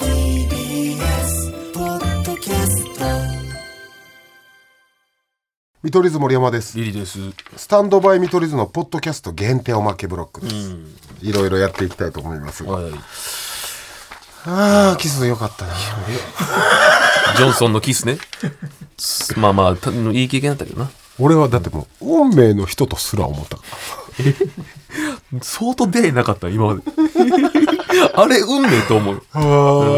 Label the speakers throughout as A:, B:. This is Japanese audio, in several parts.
A: TBS ポッドキャスト
B: 見取り図森山です
C: リリです。
B: スタンドバイ見取り図のポッドキャスト限定おまけブロックですいろいろやっていきたいと思いますが
C: はい。
B: ああキスよかったな
C: ジョンソンのキスね。 まあまあ、たいい経験だったけどな。
B: 俺はだってもう運命の人とすら思った
C: 相当出会いなかった、今まで。 あれ、運命と思う。
B: あ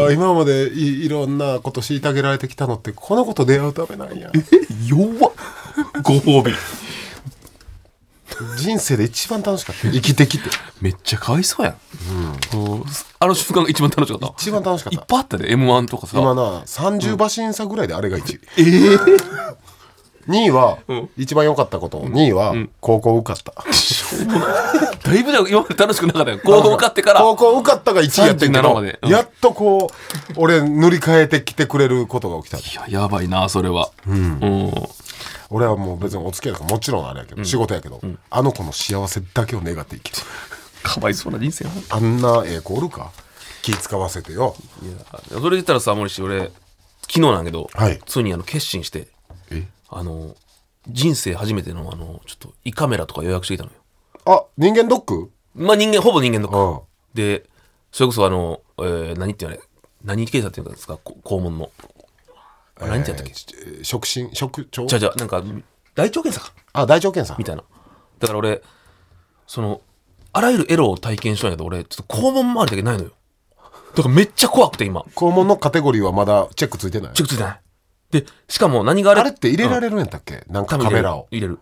B: ー今までいいろんなこと虐げられてきたのってこのこと出会うためなんや
C: 弱っ。ご褒美。
B: 人生で一番楽しかった生きてきて
C: めっちゃかわいそうやん。こうあの瞬間が一番楽しかった。
B: 一番楽しかっ
C: いったぱいあったで、M1 とかさ。
B: 今な30馬身差ぐらいであれが1位、2位は、一番良かったこと2位は高校受かった
C: だいぶだ今まで楽しくなかったよ。高校受かってから。
B: 高校受かったが1位やってんけ
C: 37
B: ど
C: までうん
B: やっとこう俺塗り替えてきてくれることが起きた
C: いや、やばいな、それは。うん。
B: 俺はもう別にお付き合いとかもちろんあれやけど、仕事やけど、あの子の幸せだけを願って生きてる
C: かわいそうな人生やな。
B: あんなええ子おるか気使わせてよ
C: いやそれで言ったらさ森氏俺昨日なんやけど、
B: はい
C: ついにあの決心して
B: え
C: あの人生初めてのあのちょっと胃カメラとか予約してきたのよ
B: あ人間ドック
C: まあ人間ほぼ人間だから
B: うん
C: でそれこそあの、えー何って言うのあれ何検査って言うんですかこ肛門の、あ何ってやったっけ
B: えー触診触腸
C: じゃあじゃあなんか大腸検査か
B: あ大腸検査
C: みたいなだから俺そのあらゆるエロを体験したんやけど俺ちょっと肛門周りだけないのよだからめっちゃ怖くて今
B: 肛門のカテゴリーはまだチェックついてない
C: ちょっとついてないでしかも何があれ
B: あれって入れられるんやったっけ、なんか
C: 多分
B: カ
C: 入れ
B: メ
C: る
B: ラを
C: 入れる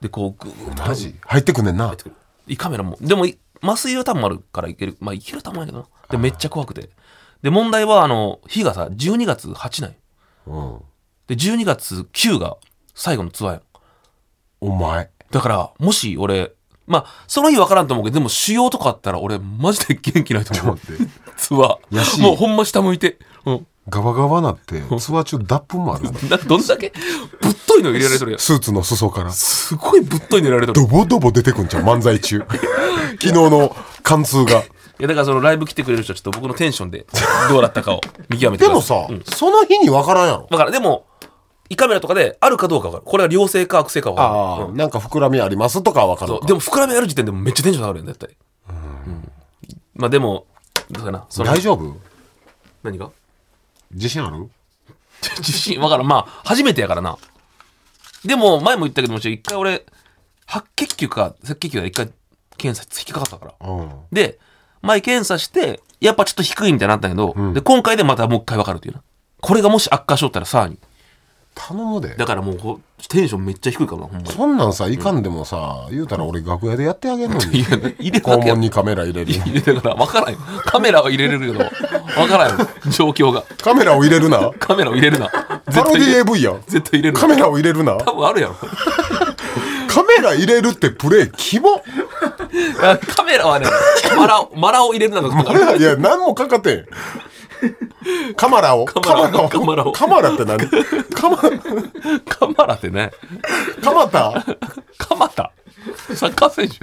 C: でこうグーッと
B: マジ入ってくんねんな
C: 胃カメラもでもい麻酔は多分あるからいけるまあいけると思うんやけどなでめっちゃ怖くてで問題はあの日がさ12月8なんよ
B: うん
C: で12月9が最後のツアーやん
B: お前
C: だからもし俺まあその日分からんと思うけどでも腫瘍とかあったら俺マジで元気ないと思う
B: 待って
C: ツア
B: やし
C: ーもうほんま下向いて、うん、
B: ガバガバな ってツアー中脱粉もある
C: だどんだけぶっといの入れられてるやん
B: スーツの裾から
C: すごいぶっといの入れられて
B: ド
C: る
B: ボドボ出てくんじゃん漫才 中昨日の貫通が
C: いやだからそのライブ来てくれる人はちょっと僕のテンションでどうだったかを見極めて
B: で
C: くだ
B: も
C: さい
B: さ、その日に分からんやろ
C: だからでも胃カメラとかであるかどうか分かるこれは良性か悪性か分か
B: あ
C: る
B: あ、
C: うん
B: なんか膨らみありますとかは分か
C: そ
B: る
C: うでも膨らみある時点でもめっちゃテンション上がるよね絶対うんまあでもどうかなその
B: 大丈夫
C: 何が
B: 自信ある
C: 自信分からんまあ初めてやからなでも前も言ったけどもちろん一回俺白血球か赤血球が一回検査引っかかったから
B: うん
C: で前検査してやっぱちょっと低いみたいになったんやけど、で今回でまたもう一回分かるっていうなこれがもし悪化しとったらさらに
B: 頼むで
C: だからもうこうテンションめっちゃ低いからなほんま
B: そんなんさいかんでもさ、言うたら俺楽屋でやってあげるの
C: にい
B: に
C: や入れるだ
B: 肛
C: けや
B: 門にカメラ入れる
C: いやだから分からんよカメラは入れれるけど分からんよ状況が
B: カメラを入れるな
C: カメラを入れるな
B: パロディ
C: 絶
B: AV やん
C: 対入れるな
B: カメラを入れるな
C: 多分あるやろ
B: カメラ入れるってプレイキモ
C: いやカメラはねマラマラを入れるなの か
B: いやいや何もかかってんカマラをカ
C: マラを
B: マラをカ
C: カ
B: マラって何カマ
C: カマラってね
B: カマタ
C: カマタサッカー選手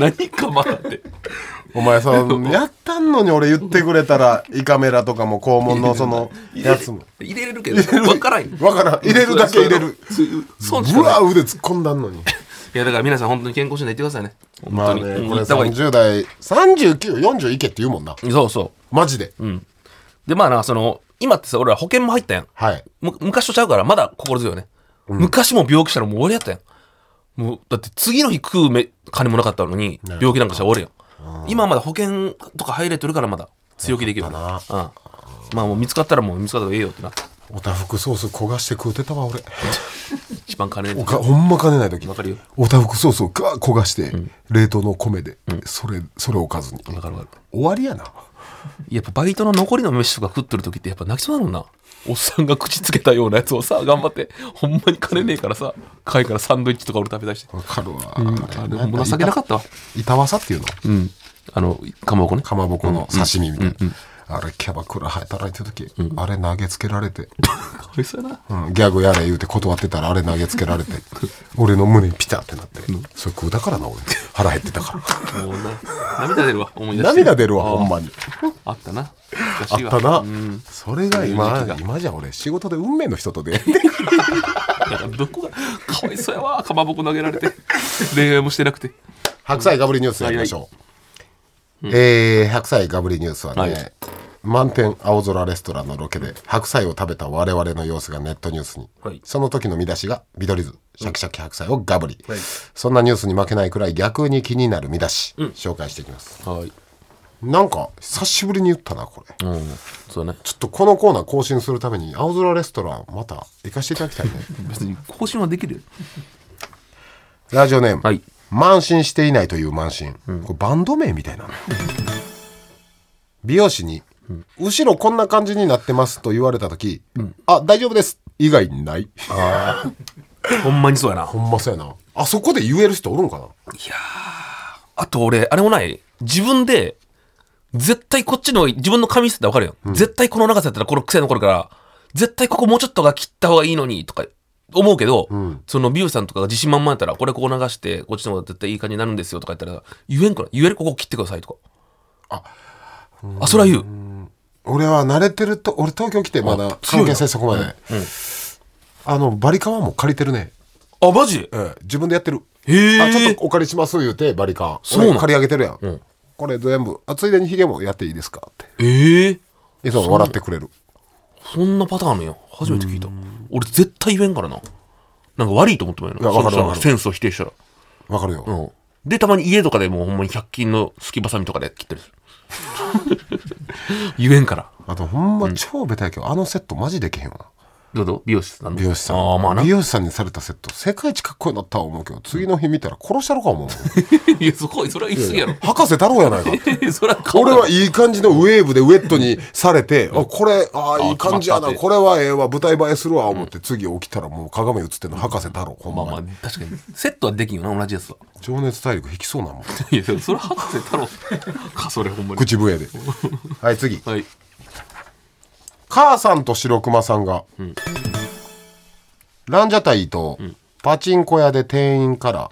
C: 何何カマラって
B: お前 さやったんのに俺言ってくれたら胃カメラとかも肛門のそのやつも
C: 入れれるけど分からんよ
B: わからん入れるだけ入れる
C: そう
B: うわ腕突っ込んだんのに
C: いやだから皆さん本当に健康診断行ってくださいね
B: まあね
C: うん
B: これ
C: 行った方がいい
B: 30代3940いけって言うもんな
C: そうそう
B: マジで
C: でまあなその今ってさ俺ら保険も入ったやん
B: はい
C: む昔とちゃうからまだ心強いよね、昔も病気したらもう終わりやったやんもうだって次の日食うめ金もなかったのに病気なんかしたら終わりやん、今はまだ保険とか入れてるからまだ強気できるよね
B: よかっ
C: うん、まあもう見つかったらもう見つかったらええよってな
B: おたふくソース焦がして食うてたわ俺
C: 一番金
B: おかほんま金ない時
C: わかるよ
B: おたふくソースをガー焦がして冷凍の米でそれそれおかずに
C: わかるわかる
B: 終わりやな
C: やっぱバイトの残りの飯とか食ってる時ってやっぱ泣きそうだもんなおっさんが口つけたようなやつをさ頑張ってほんまに金ねえからさ貝からサンドイッチとか俺食べたりして
B: わかるわ。
C: あれほんま情けなかったわ
B: 板わさっていうの
C: うんあのかまぼこね
B: かまぼこの刺身みたいな。あれ、キャバクラ働いてる時、あれ投げつけられて、
C: かわいそうやな
B: うんギャグやれ言うて断ってたらあれ投げつけられて、俺の胸にピタってなって、それ食うだからな、俺。腹減ってたから。
C: もうな涙出るわ思い出して
B: 涙出るわ、ほんまに。
C: あったな懐
B: あ
C: かしいわ
B: ったな
C: うん。
B: それが
C: そうい
B: 今
C: う時、期
B: 今じゃ俺、仕事で運命の人とで。
C: だからどこがかわいそうやわかまぼこ投げられて恋愛もしてなくて
B: 白菜ガブリニュースやりましょう。えー白菜ガブリニュースはね、
C: はい
B: 満天青空レストランのロケで白菜を食べた我々の様子がネットニュースに、
C: はい
B: その時の見出しが「緑図シャキシャキ白菜をガブリ」そんなニュースに負けないくらい逆に気になる見出し、紹介していきます
C: はい
B: なんか久しぶりに言ったなこれちょ
C: うんそうだね
B: っとこのコーナー更新するために青空レストランまた行かせていただきたいね
C: 別に更新はできるよ
B: ラジオネーム、
C: はい
B: 慢心していないという慢心、これバンド名みたいなの美容師に、後ろこんな感じになってますと言われた時、あ大丈夫です以外ない
C: ほんまにそうやな
B: ほんまそうやなあそこで言える人おるんかな
C: あと俺、あれもない。自分で、絶対こっちの、自分の髪質ってわかるよ、絶対この長さやったらこの癖残るから、絶対ここもうちょっとが切った方がいいのに、とか思うけど、その美容師さんとかが自信満々やったら、これここ流して、こっちの方が絶対いい感じになるんですよとか言ったら、言えんから、言えるここ切ってくださいとか。あ、あ、それは言う。
B: 俺は慣れてると俺東京来てまだ
C: 強い
B: 関
C: な
B: 係性そこまで、あのバリカンはもう借りてるね、
C: あ、マジ
B: ええ自分でやってる
C: へえ
B: あちょっとお借りします言うてバリカン
C: そうなん
B: 俺借り上げてるやん、これ全部あついでにヒゲもやっていいですかって
C: ええ
B: いつも笑ってくれる
C: そんなパターンあるんや。初めて聞いた。俺絶対言えんからな。なんか悪いと思ってもいい
B: いや
C: の
B: わか
C: その
B: る
C: 人
B: わ
C: の
B: かる
C: センスを否定したら。
B: わかるよ、
C: うん。で、たまに家とかでもうほんまに100均のすきばさみとかで切ったりする。 言えんから。
B: あとほんま超ベタやけど、あのセットマジでけへんわ
C: どうぞ、美容師さんの。
B: 美容師さん
C: ああ、まあな。
B: 美
C: い
B: 容師さんにされたセット世界一かっこよくなったと思うけど次の日見たら殺したろか思う
C: や、そこ、それは 言い過ぎやろ。
B: 博士太郎やない か
C: それは顔
B: 俺
C: だ
B: はいい感じのウェーブでウェットにされて、あこれああいい感じや
C: あ決まった
B: な
C: って
B: これはええわ舞台映えするわ思って、次起きたらもう鏡映ってんの博士太郎ほんま
C: まあ
B: に、
C: まあ、確かに。セットはできんよな、同じやつは。
B: 情熱大陸引きそうなもん
C: いや、それは博士太 郎か、それほんまに。
B: 口 笛ではい次
C: はい。
B: 母さんと白熊さんが、ランジャタイとパチンコ屋で店員から、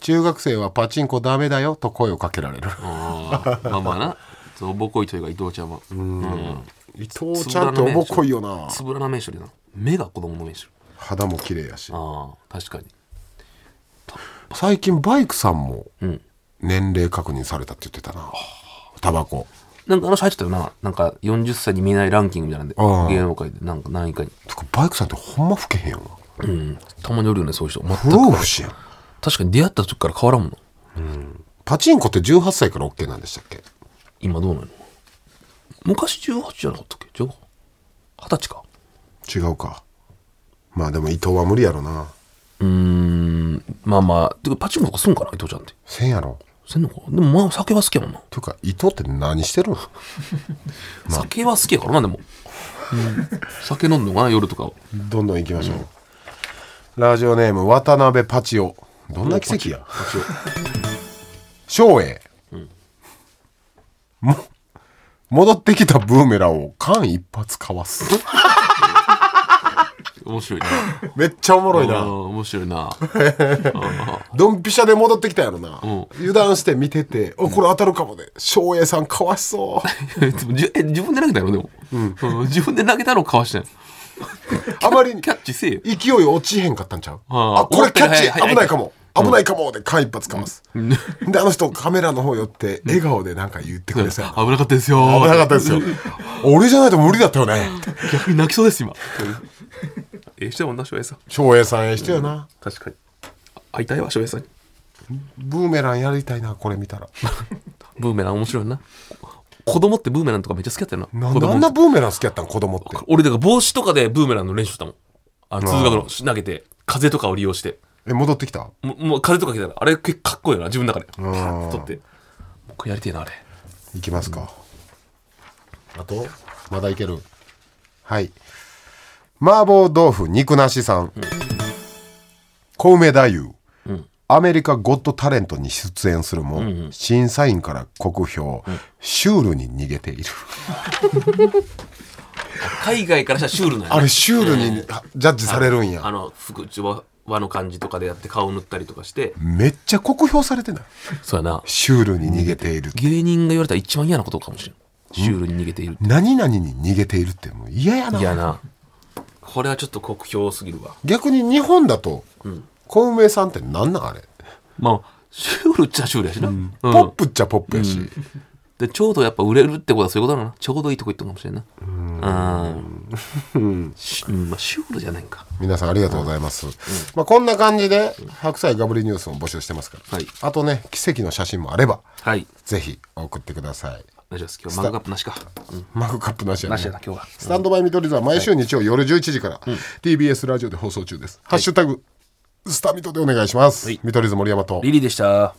B: 中学生はパチンコダメだよと声をかけられる、
C: ああまあまあな。そう、ぼこいというか伊藤ちゃんは。うん。
B: 伊藤ちゃんっておぼっこいよな
C: つぶらな名所でな。目が子供の名所。
B: 肌も綺麗やし
C: ああ、確かに。
B: 最近バイクさんも
C: ん
B: 年齢確認されたって言ってたなタバコ
C: なんかあの人入ってたよな。なんか40歳に見えないランキングみたいなんで
B: ああ。
C: 芸能界でなんか何位かに。
B: てかバイクさんってほんま老けへんよな
C: うん。たまにおるよね、そういう人。全
B: 不
C: く
B: 老不死やん
C: 確かに出会った時から変わらんもんな。
B: パチンコって18歳から OK なんでしたっけ
C: 今どうなの昔18じゃなかったっけ違うか二十歳か。
B: 違うかまあでも伊藤は無理やろな
C: うーん。まあまあ。てかパチンコとかすんかな、伊藤ちゃんって。
B: せんやろ
C: せんのかでもまあ酒は好きやもんな。
B: ていうか伊藤って何してるの
C: 酒は好きやからな、でも。うん、酒飲んのかな、夜とかは。
B: どんどん行きましょう、ラジオネーム渡辺パチオどんな奇跡や照英、も戻ってきたブーメランを間一髪かわす
C: 面白いな。
B: めっちゃおもろい
C: あ
B: な
C: あ面白いな。ああ
B: ドンピシャで戻ってきたやろな、
C: ん
B: 油断して見てておこれ当たるかもね照英さんかわしそう
C: いつもじゅえ自分で投げたのでも、うん自分で投げたのをかわしてん
B: あまりに
C: キャッチせえよ
B: 勢い落ちへんかったんちゃう
C: あ
B: あ
C: ー
B: これキャッチ
C: 思ったより
B: 危ないかも危ないかもで間一髪かます、であの人カメラの方寄って笑顔でなんか言ってくれそうやな
C: 危なかったですよ
B: 危なかったですよ俺じゃないと無理だったよね
C: 逆に泣きそうです今ええ人やもんな翔平さん
B: 翔平さんええ人やな、
C: 確かに会いたいわ翔平さんに
B: ブーメランやりたいなこれ見たら
C: ブーメラン面白いな子供ってブーメランとかめっちゃ好きやったよな
B: なん
C: 子
B: であ
C: 供
B: んなブーメラン好きやったん子供って
C: 俺だから帽子とかでブーメランの練習したもんあの通学の投げて風とかを利用して
B: え戻ってきた
C: ももう風とか来たらあれ結構かっこいいよな自分の中でパ
B: ん
C: ッと取ってもう一回やりてえなあれ
B: いきますか、あとまだいけるはい麻婆豆腐肉なしさん、小梅太夫、アメリカゴッドタレントに出演するも、審査員から酷評、シュールに逃げている
C: 海外からしたらシュールなんや
B: あれシュールにジャッジされるんや、
C: あの服ちわの感じとかでやって顔塗ったりとかして
B: めっちゃ酷評されてない
C: そうやな
B: シュールに逃げている、
C: 芸人が言われたら一番嫌なことかもしれんシュールに逃げているって
B: 何々に逃げているってもう嫌やな
C: 嫌なこれはちょっと酷評すぎるわ
B: 逆に日本だと、小梅さんってなんなんあれ、
C: まあシュールっちゃシュールやしな、うん
B: ポップっちゃポップやし、
C: でちょうどやっぱ売れるってことはそういうことなのちょうどいいとこ行ったのかもしれんなうんしうんまあシュールじゃないんか
B: 皆さんありがとうございます、まあ、こんな感じで白菜ガブリニュースを募集してますから、
C: はい
B: あとね奇跡の写真もあれば
C: はい
B: ぜひ送ってください
C: お願いします今日マグカップなしか、うん
B: マグカップなしや
C: な
B: ね
C: しやな今日は
B: スタンドバイ見取り図は毎週日曜夜11時から TBS ラジオで放送中です、ハッシュタグスタミトでお願いします、見取り図森山と
C: リリーでした